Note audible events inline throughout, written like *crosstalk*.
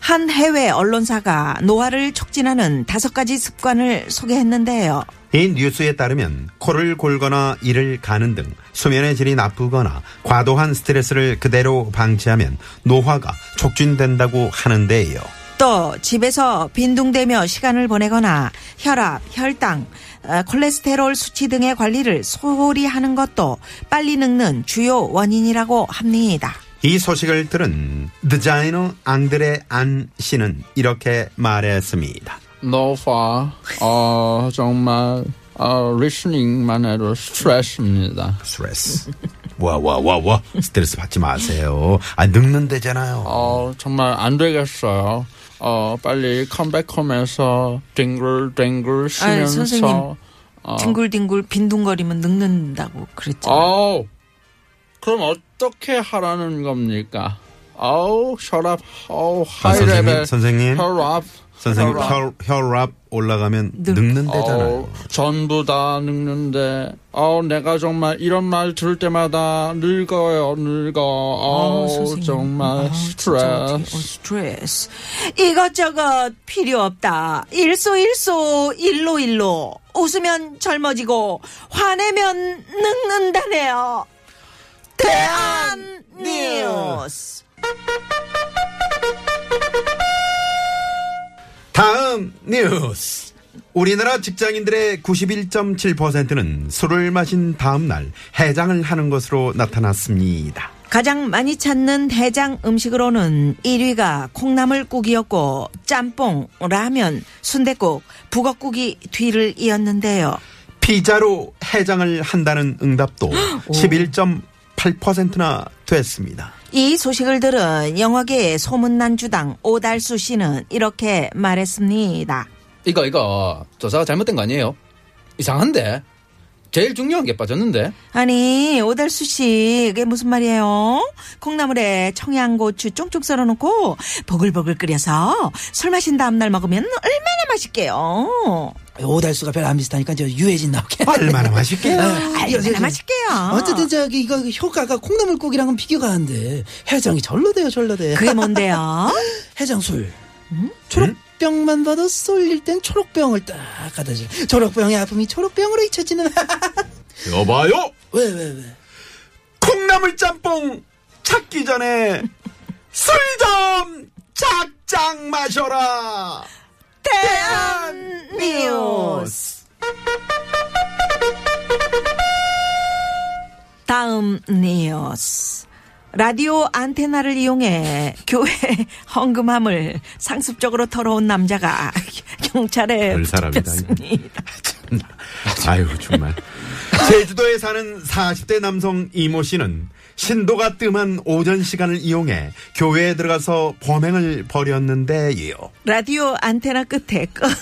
한 해외 언론사가 노화를 촉진하는 다섯 가지 습관을 소개했는데요. 이 뉴스에 따르면 코를 골거나 이를 가는 등 수면의 질이 나쁘거나 과도한 스트레스를 그대로 방치하면 노화가 촉진된다고 하는데요. 또 집에서 빈둥대며 시간을 보내거나 혈압, 혈당, 어, 콜레스테롤 수치 등의 관리를 소홀히 하는 것도 빨리 늙는 주요 원인이라고 합니다. 이 소식을 들은 디자이너 앙드레 안 씨는 이렇게 말했습니다. 노화, 어, 정말, 어, 리스닝만 해도 스트레스입니다. 스트레스. 와 와 와 와 스트레스 받지 마세요. 아 늙는 데잖아요. 어, 정말 안 되겠어요. 어, 빨리 컴백홈에서 뒹굴뒹굴 아유, 선생님. 쉬면서. 어, 뒹굴뒹굴 빈둥거리면 늙는다고 그랬잖아요. 어우, 그럼 어떻게 하라는 겁니까? 어우, 혈압, 어우, 아, 하이레벨. 선생님, 선생님. 혈압. 선생님 혈압. 혈, 혈압 올라가면 늙- 늙는 데잖아요. 어, 전부 다 늙는데, 어, 내가 정말 이런 말 들을 때마다 늙어요, 늙어. 어, 아우, 선생님. 정말 아, 진짜 어떡해. 어, 스트레스. 스트레스. 이것저것 필요 없다. 일소일소, 일로일로. 웃으면 젊어지고, 화내면 늙는다네요. 대한 뉴스. 다음 뉴스. 우리나라 직장인들의 91.7%는 술을 마신 다음 날 해장을 하는 것으로 나타났습니다. 가장 많이 찾는 해장 음식으로는 1위가 콩나물국이었고, 짬뽕, 라면, 순댓국, 북엇국이 뒤를 이었는데요. 피자로 해장을 한다는 응답도 11.8%나 됐습니다. 이 소식을 들은 영화계의 소문난 주당 오달수 씨는 이렇게 말했습니다. 이거 이거 조사가 잘못된 거 아니에요? 이상한데 제일 중요한 게 빠졌는데 아니 오달수 씨 그게 무슨 말이에요? 콩나물에 청양고추 쫑쫑 썰어놓고 보글보글 끓여서 술 마신 다음날 먹으면 얼마나 맛있게요. 오달수가 별로 안 비슷하니까 이제 유해진 나오게. 아, 얼마나 예. 맛있게요? 얼마나 아. 맛있게요. 예, 어쨌든 저기 이거 효과가 콩나물국이랑은 비교가 안 돼. 해장이 절로 돼요, 절로 돼. 그게 *laughs* 뭔데요? 해장술. 음? 초록병만 봐도 쏠릴 땐 초록병을 딱 갖다 줘. 초록병의 아픔이 초록병으로 잊혀지는. *laughs* 여봐요! *laughs* 왜, 왜, 왜. 콩나물 짬뽕 찾기 전에 술 좀 작작 마셔라! 대한 네. 뉴스. 다음 뉴스. 라디오 안테나를 이용해 교회 *laughs* 헌금함을 상습적으로 털어온 남자가 *laughs* 경찰에 별 사람이다, 붙잡혔습니다. 아유 정말 *laughs* 제주도에 사는 40대 남성 이모 씨는 신도가 뜸한 오전 시간을 이용해 교회에 들어가서 범행을 벌였는데요. 라디오 안테나 끝에 껌-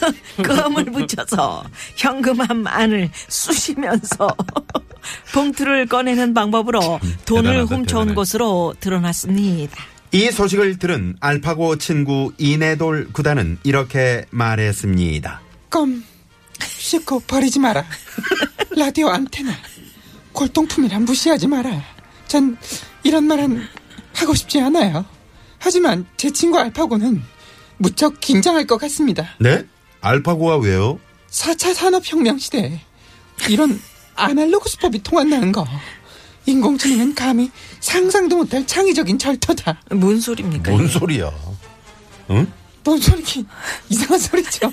껌을 붙여서 현금함 안을 쑤시면서 *laughs* 봉투를 꺼내는 방법으로 돈을 대단하다, 훔쳐온 대단해. 것으로 드러났습니다. 이 소식을 들은 알파고 친구 이내돌 구단은 이렇게 말했습니다. 껌 씻고 버리지 마라 라디오 안테나 골동품이란 무시하지 마라 전 이런 말은 하고 싶지 않아요 하지만 제 친구 알파고는 무척 긴장할 것 같습니다 네? 알파고가 왜요? 4차 산업혁명 시대에 이런 아날로그 수법이 통한다는 거 인공지능은 감히 상상도 못할 창의적인 절도다 뭔 소리입니까? 뭔 이게? 소리야? 응? 뭔 소리긴 이상한 소리죠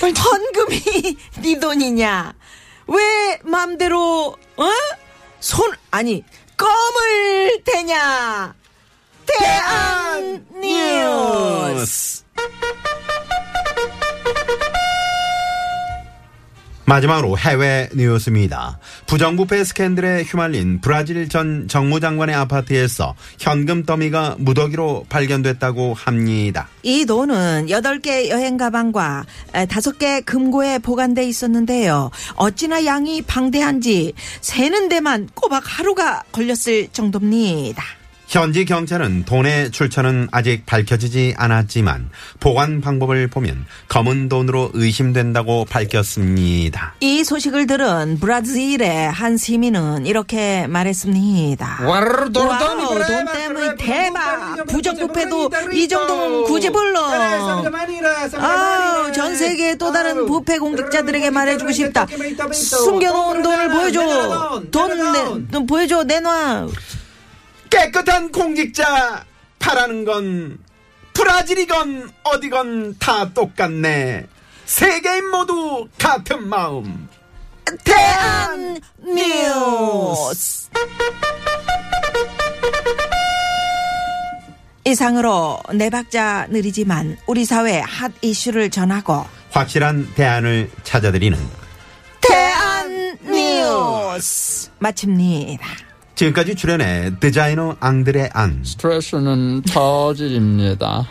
빨리 헌금이 *laughs* 네 돈이냐? 왜 맘대로 어? 손 아니 껌을 대냐? 대한 뉴스. 마지막으로 해외 뉴스입니다. 부정부패 스캔들에 휘말린 브라질 전 정무장관의 아파트에서 현금 더미가 무더기로 발견됐다고 합니다. 이 돈은 8개 여행 가방과 5개 금고에 보관돼 있었는데요. 어찌나 양이 방대한지 세는 데만 꼬박 하루가 걸렸을 정도입니다. 현지 경찰은 돈의 출처는 아직 밝혀지지 않았지만 보관 방법을 보면 검은 돈으로 의심된다고 밝혔습니다. 이 소식을 들은 브라질의 한 시민은 이렇게 말했습니다. 와르르 돈 와우, 때문에 그래, 뭐 돈 그래, 때문에 그래, 대박. 그래, 부정부패도 그래, 이 정도면 굳이 불러. 아우, 전 세계의 또 다른 부패 공직자들에게 말해주고 싶다. 숨겨놓은 돈을 보여줘. 돈, 내, 돈 보여줘. 내놔. 깨끗한 공직자 바라는 건 브라질이건 어디건 다 똑같네. 세계인 모두 같은 마음. 대한 뉴스. 이상으로 네 박자 느리지만 우리 사회 핫 이슈를 전하고 확실한 대안을 찾아드리는 대한 뉴스 마칩니다. 지금까지 출연해 디자이너 앙드레 안 스트레스는 저질입니다.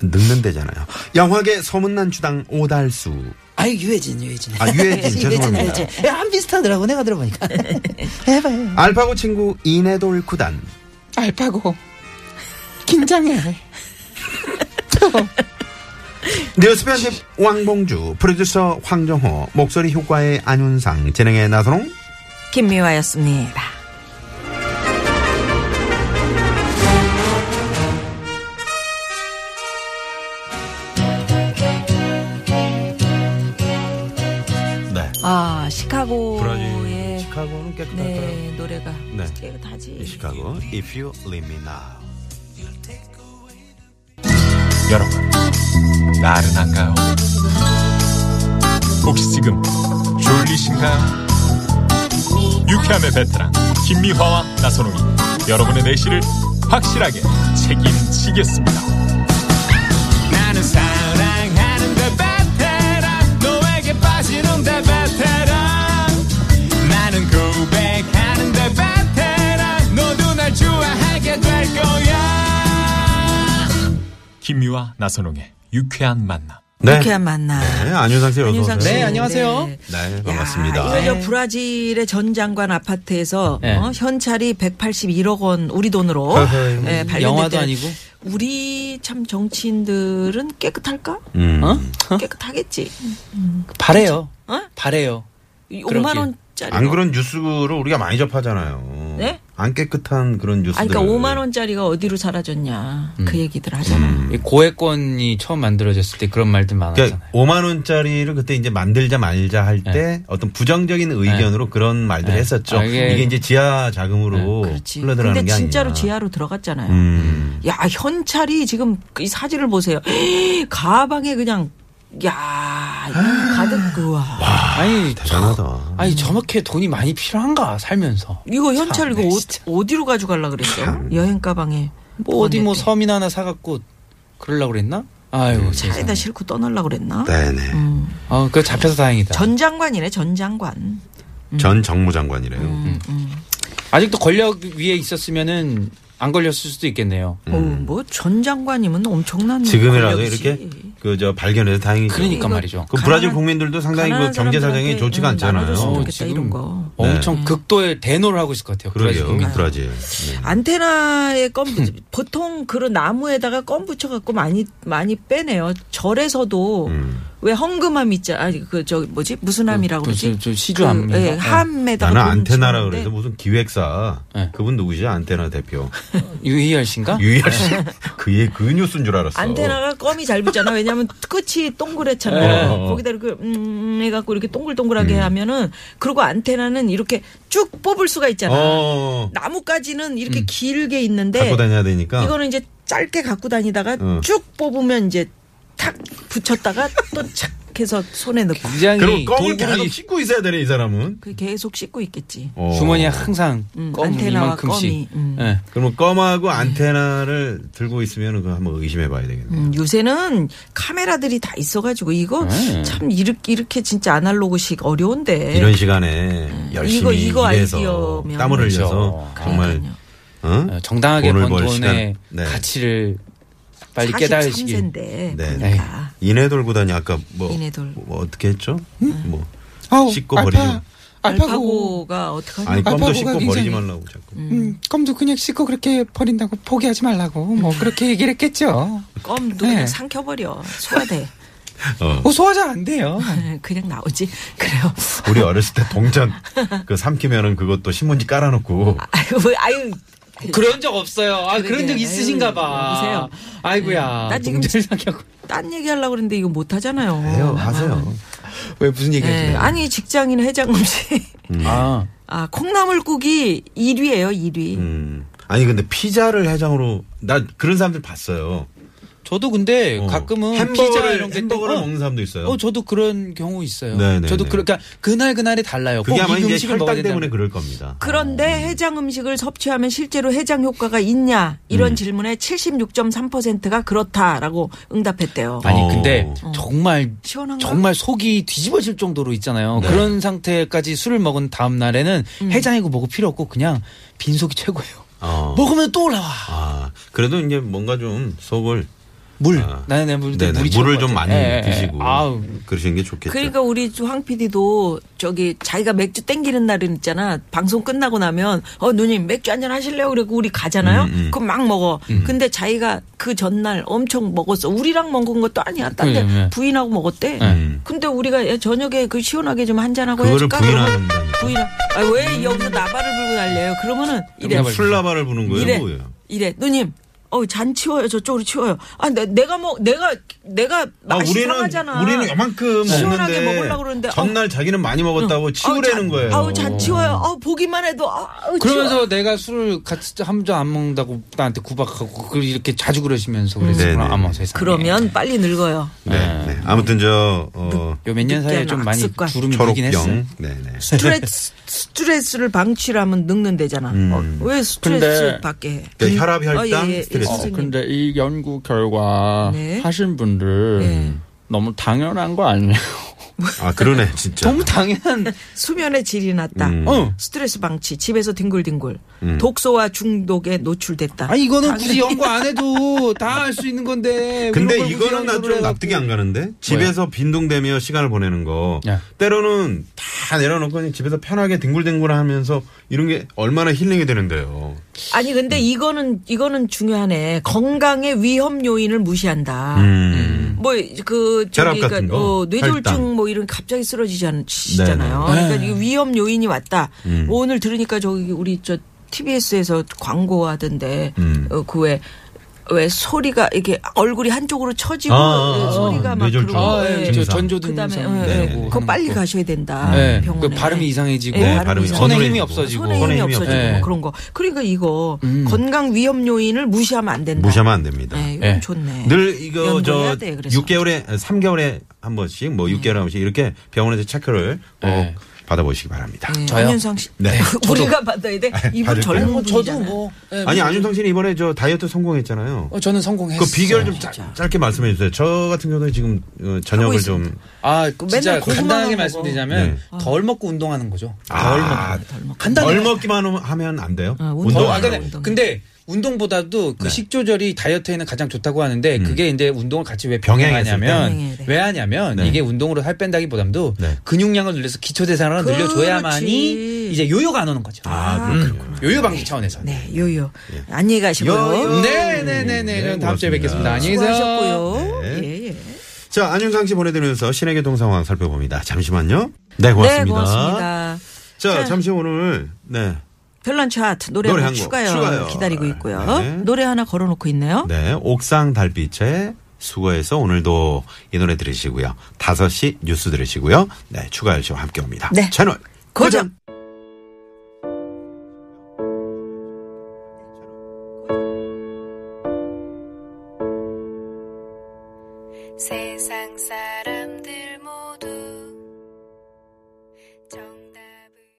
늙는 데잖아요. 영화계 소문난 주당 오달수 아유 유해진 *laughs* 유해진. 아, 유해진, 죄송합니다. 유해진. 야, 안 비슷하더라고 내가 *laughs* 들어보니까. 해봐요. 알파고 친구 이내돌 구단 알파고 긴장해 뉴스 편집 왕봉주 프로듀서 황정호 목소리 효과의 안윤상 진행의 나선홍 김미화였습니다. 네 아 시카고의 시카고는 깨끗하다 네 노래가 네. 깨끗하지. 시카고 If You Leave Me Now 여러분 나른한가요? 혹시 지금 졸리신가요? 유쾌함의 베테랑 김미화와 나선홍이 여러분의 내실을 확실하게 책임지겠습니다. 나는 사랑하는데 베테랑 너에게 빠지는데 베테랑 나는 고백하는데 베테랑 너도 날 좋아하게 될 거야. 김유와 나선홍의 유쾌한 만남. 네, 유쾌한 만남. 네 안윤상 씨 어서 오세요 안윤상 씨. 네, 안녕하세요. 네 야, 반갑습니다 이거 저 브라질의 전 장관 아파트에서 네. 어, 현찰이 181억 원 우리 돈으로 허허이. 예, 발견됐대. 영화도 아니고. 우리 참 정치인들은 깨끗할까? 음. 어? 깨끗하겠지. 바래요. 어? 바래요. 이 그러게. 5만 원짜리. 안 그런 뉴스로 우리가 많이 접하잖아요 네? 안 깨끗한 그런 뉴스들 아니 그러니까 5만 원짜리가 어디로 사라졌냐 음. 그 얘기들 하잖아. 이 고액권이 처음 만들어졌을 때 그런 말들 그러니까 많았잖아요. 5만 원짜리를 그때 이제 만들자 말자 할 때 어떤 부정적인 의견으로 그런 말들 을 네. 했었죠. 아, 이게- 네, 이게, 이제 지하 자금으로 그렇지. 흘러들어가는 근데 게 아니야. 진짜로 지하로 들어갔잖아요. 음. 야 현찰이 지금 이 사진을 보세요. *gasps* 가방에 그냥 야 이거 가득 그 우와. 아니, 음. 대단하다. 아니 저렇게 돈이 많이 필요한가 살면서. 이거 현찰 이거 참네, 어, 진짜. 어디로 가져갈라 그랬어? 참. 여행 가방에 뭐 어디 뭐 보관했대. 섬이나 하나 사갖고 그러려고 그랬나? 아유, 세상에. 차에다 싣고 떠날라 그랬나? 네네. 음. 어, 그거 잡혀서 다행이다. 전 장관이네 전 장관. 음. 전 정무장관이래요. 음. 아직도 권력 위에 있었으면은 안 걸렸을 수도 있겠네요. 뭐전 장관이면 엄청난 음. 음. 지금이라도 권력이지. 이렇게 그 저 발견해서 다행이죠. 그러니까 말이죠. 그 브라질 가난한- 국민들도 상당히 그 가난한 경제 사정이 사람들한테, 좋지가 음, 않잖아요. 나눠줬으면 어, 좋겠다, 이런 거. 엄청 극도의 대노를 하고 있을 것 같아요. 브라질 그러게요. 국민. 브라질. 네. 안테나에 껌 보통 그런 나무에다가 껌 붙여갖고 많이 많이 빼내요. 절에서도 음. 왜 헝금함 있잖아. 아니 그 저기 뭐지 무슨함이라고 그, 그, 그러지? 저, 저 시주함. 그, 예, 함에다가 어. 나는 돈 안테나라 붙이는데 그래서 무슨 기획사 네. 그분 누구지 안테나 대표 유희열 씨인가? 유희열 *laughs* 씨 그의 그 뉴스인 줄 알았어. 안테나가 껌이 잘 붙잖아. 왜냐면 끝이 어, 음. 동그랗잖아요. 어. 거기다 이렇게 음 해갖고 이렇게 동글동글하게 하면은 그리고 안테나는 이렇게 쭉 뽑을 수가 있잖아. 어. 음. 나뭇가지는 이렇게 길게 갖고 있는데 다녀야 되니까. 이거는 이제 짧게 갖고 다니다가 어. 쭉 뽑으면 이제 탁 붙였다가 또 착 계속 손에 넣고 굉장히 그럼 껌을 돌고래기 계속 씻고 있어야 되네 이 사람은. 그 계속 씻고 있겠지. 어. 주머니에 항상 음, 껌 안테나와 이만큼씩. 껌이, 음. 예. 그러면 껌하고 안테나를 들고 있으면 그거 한번 의심해봐야 되겠네. 음, 요새는 카메라들이 다 있어가지고 이거 네. 참 이렇게 이렇게 진짜 아날로그식 어려운데 이런 시간에 열심히 네. 음, 이거- 이거 일해서 아이디어면. 땀을 흘려서 그렇죠. 정말 그러니까요. 어? 어, 정당하게 돈을 번 벌 돈의 시간. 네. 가치를 빨리 43세인데 깨달으시길. 네. 그러니까 이내 돌고 다니 아까 뭐, 이내 돌고. 뭐 어떻게 했죠? 뭐 아우, 씻고 알파, 버리는. 알파고. 알파고가 어떻게 아니 하냐 껌도 알파고가 씻고 굉장히- 버리지 말라고 자꾸. 음, 껌도 그냥 씻고 그렇게 버린다고 포기하지 말라고 뭐 그렇게 얘기를 했겠죠. 껌도 네. 그냥 삼켜버려 *laughs* 소화돼 네, 어. 어, 소화 잘 안 돼요. 그냥 나오지 그래요 *laughs* 우리 어렸을 때 동전 그 삼키면은 그것도 신문지 깔아놓고 아유 뭐, 아유 그런 적 없어요. 아, 그런 적 그러게. 있으신가 봐. 여보세요? 아이고야. 나 지금 동절 사귀고. 딴 얘기하려고 그랬는데 이거 못하잖아요 해요 하세요. 왜 무슨 얘기 네. 하시나요? 아니 직장인 회장님 씨 아, 아, 콩나물국이 1위예요, 1위. 음. 아니 근데 피자를 해장으로 나 그런 사람들 봤어요. 저도 근데 어. 가끔은 피자 햄버거를 이런 게 햄버거를 또- 먹는 사람도 있어요. 어, 저도 그런 경우 있어요. 네네네. 저도 그, 그러니까 그날 그날이 달라요. 그게 꼭 아마 이 이제 음식을 먹어야 혈당 된다. 때문에 그럴 겁니다. 그런데 해장 음식을 섭취하면 실제로 해장 효과가 있냐? 이런 질문에 76.3%가 그렇다라고 응답했대요. 아니 어. 근데 정말 시원한가? 정말 속이 뒤집어질 정도로 있잖아요. 네. 그런 상태까지 술을 먹은 다음 날에는 해장이고 뭐고 필요 없고 그냥 빈속이 최고예요. 어. 먹으면 또 올라와. 아 그래도 이제 뭔가 좀 속을 물. 아. 나는 내 물. 네네, 물을 물이 최고인 좀 것 많이 같아. 예, 예, 예. 드시고 아우. 그러시는 게 좋겠죠. 그러니까 우리 황 PD도 저기 자기가 맥주 땡기는 날은 있잖아. 방송 끝나고 나면 어 누님 맥주 한잔 하실래요? 그러고 우리 가잖아요. 음, 음. 그럼 막 먹어. 근데 자기가 그 전날 엄청 먹었어. 우리랑 먹은 것도 아니야. 딴 데 네, 네. 부인하고 먹었대. 음. 근데 우리가 야, 저녁에 그 시원하게 좀 한잔 하고 그거를 해줄까? 그러면 부인한다니까. 부인하. 아, 왜 여기서 나발을 불고 날려요? 그러면은 이래. 술라바를 부는 거예요, 이래 뭐예요? 이래 누님 어 잔 치워요 저쪽으로 치워요 아 내, 내가 뭐 내가 내가 아, 맛이 우리는 상하잖아 우리는 요만큼 시원하게 먹는데 먹으려고 그러는데, 어. 전날 자기는 많이 먹었다고 치우라는 거예요. 아우 잔 치워요 아우 보기만 해도 아우 그러면서 내가 술을 같이 한 잔 안 먹는다고 나한테 구박하고 그걸 이렇게 자주 그러시면서 그랬구나. 네네. 아마 세상에. 그러면 빨리 늙어요 네, 네. 아무튼 저 어, 요몇 년 사이에 좀 많이 악습관. 주름이 늘긴 음, 했어요. 초록병. 네, 네. 스트레스 스트레스를 방치하면 늙는데잖아 어, 왜 스트레스 근데 받게 해 음. 그 혈압, 혈당, 어, 예, 예, 스트레스. 어, 선생님. 근데 이 연구 결과 네. 하신 분들 네. 너무 당연한 거 아니에요? 아 그러네 진짜. 너무 당연한 수면의 질이 낮다 음. 어. 스트레스 방치 집에서 뒹굴뒹굴 독소와 중독에 노출됐다 아 이거는 굳이 연구 안 해도 다 알 수 있는 건데. 왜 근데 이런 걸 굳이 이거는 난 연구를 좀 네, 해갖고. 납득이 안 가는데 집에서 빈둥대며 시간을 보내는 거 야. 때로는 다 내려놓고 그냥 집에서 편하게 뒹굴뒹굴하면서 이런 게 얼마나 힐링이 되는데요. 아니 근데 이거는 이거는 중요하네. 건강의 위험 요인을 아, 무시한다. 음. 뭐 그 혈압 저기 그러니까 같은 거, 어, 뇌졸중 혈당. 뭐 이런 갑자기 쓰러지잖아요. 그러니까 네. 이 위험 요인이 왔다. 음. 뭐 오늘 들으니까 저기 우리 저 TBS에서 광고하던데 어, 음. 그왜 왜 소리가 이게 얼굴이 한쪽으로 처지고 아, 아, 아. 소리가 막 뇌졸중. 그런 거. 아, 예, 저 증상. 전조 그다음에 증상. 예, 네. 예. 그거 빨리 가셔야 된다. 예. 그 병원에. 발음이 이상해지고 네, 발음이 발음이 손에 이상해지고. 힘이 없어지고. 손에 힘이 손에 힘이 없어지고 없어지고. 음. 뭐 예. 그런 거. 그러니까 이거 건강 위험 요인을 무시하면 안 된다. 무시하면 안 됩니다. 네, 이건 예. 좋네. 늘 이거 저 연구해야 돼, 그래서. 네. 6개월에 3개월에 한 번씩 뭐 6개월에 한 번씩 이렇게 병원에서 체크를 꼭 네. 받아보시기 바랍니다. 네, 저요? 안윤상 씨. 네, *laughs* 우리가 받아야 돼. 이분 받을게요. 젊은 분이잖아. 예, 네. 아니 뭐, 안윤상 씨는 이번에 저 다이어트 성공했잖아요. 어, 저는 성공했어요. 그 비결 좀 짜- 짧게 말씀해 주세요. 저 같은 경우는 지금 어, 하고 저녁을 있습니다. 좀 아, 진짜 그 맨날 고구마만 간단하게 먹어. 말씀드리자면 덜 먹고 운동하는 거죠. 덜 네. 아, 덜 먹고. 간단하게. 먹기만 하면 안 돼요. 아, 운동 운동 덜- 아, 안 근데, 하고. 근데 운동보다도 그 식조절이 다이어트에는 가장 좋다고 하는데 그게 이제 운동을 같이 왜 병행했을 병행하냐면 병행해야 돼. 왜 하냐면 네. 이게 운동으로 살 뺀다기보다도 네. 근육량을 늘려서 기초 대사량을 그렇지. 늘려줘야만이 이제 요요가 안 오는 거죠. 음. 아, 그렇군요. 요요 방지 차원에서. 네, 요요. 안녕히 요요. 가시고요. 네네네네. 네, 그럼 다음 고맙습니다. 주에 뵙겠습니다. 안녕히 네, 계세요. 수고하셨고요. 네. 예, 예. 자, 안윤상 씨 보내드리면서 신의 교통 상황 살펴봅니다. 잠시만요. 네, 네, 고맙습니다. 고맙습니다. 자, 잠시 오늘, 네. 별난 차트 노래, 노래 한 한 곡 곡 추가요. 추가요. 기다리고 있고요. 네. 노래 하나 걸어놓고 있네요. 네, 옥상 달빛의 수고해서 오늘도 이 노래 들으시고요. 5시 뉴스 들으시고요. 네, 추가 열시와 함께 옵니다. 네. 채널 고정. 세상 사람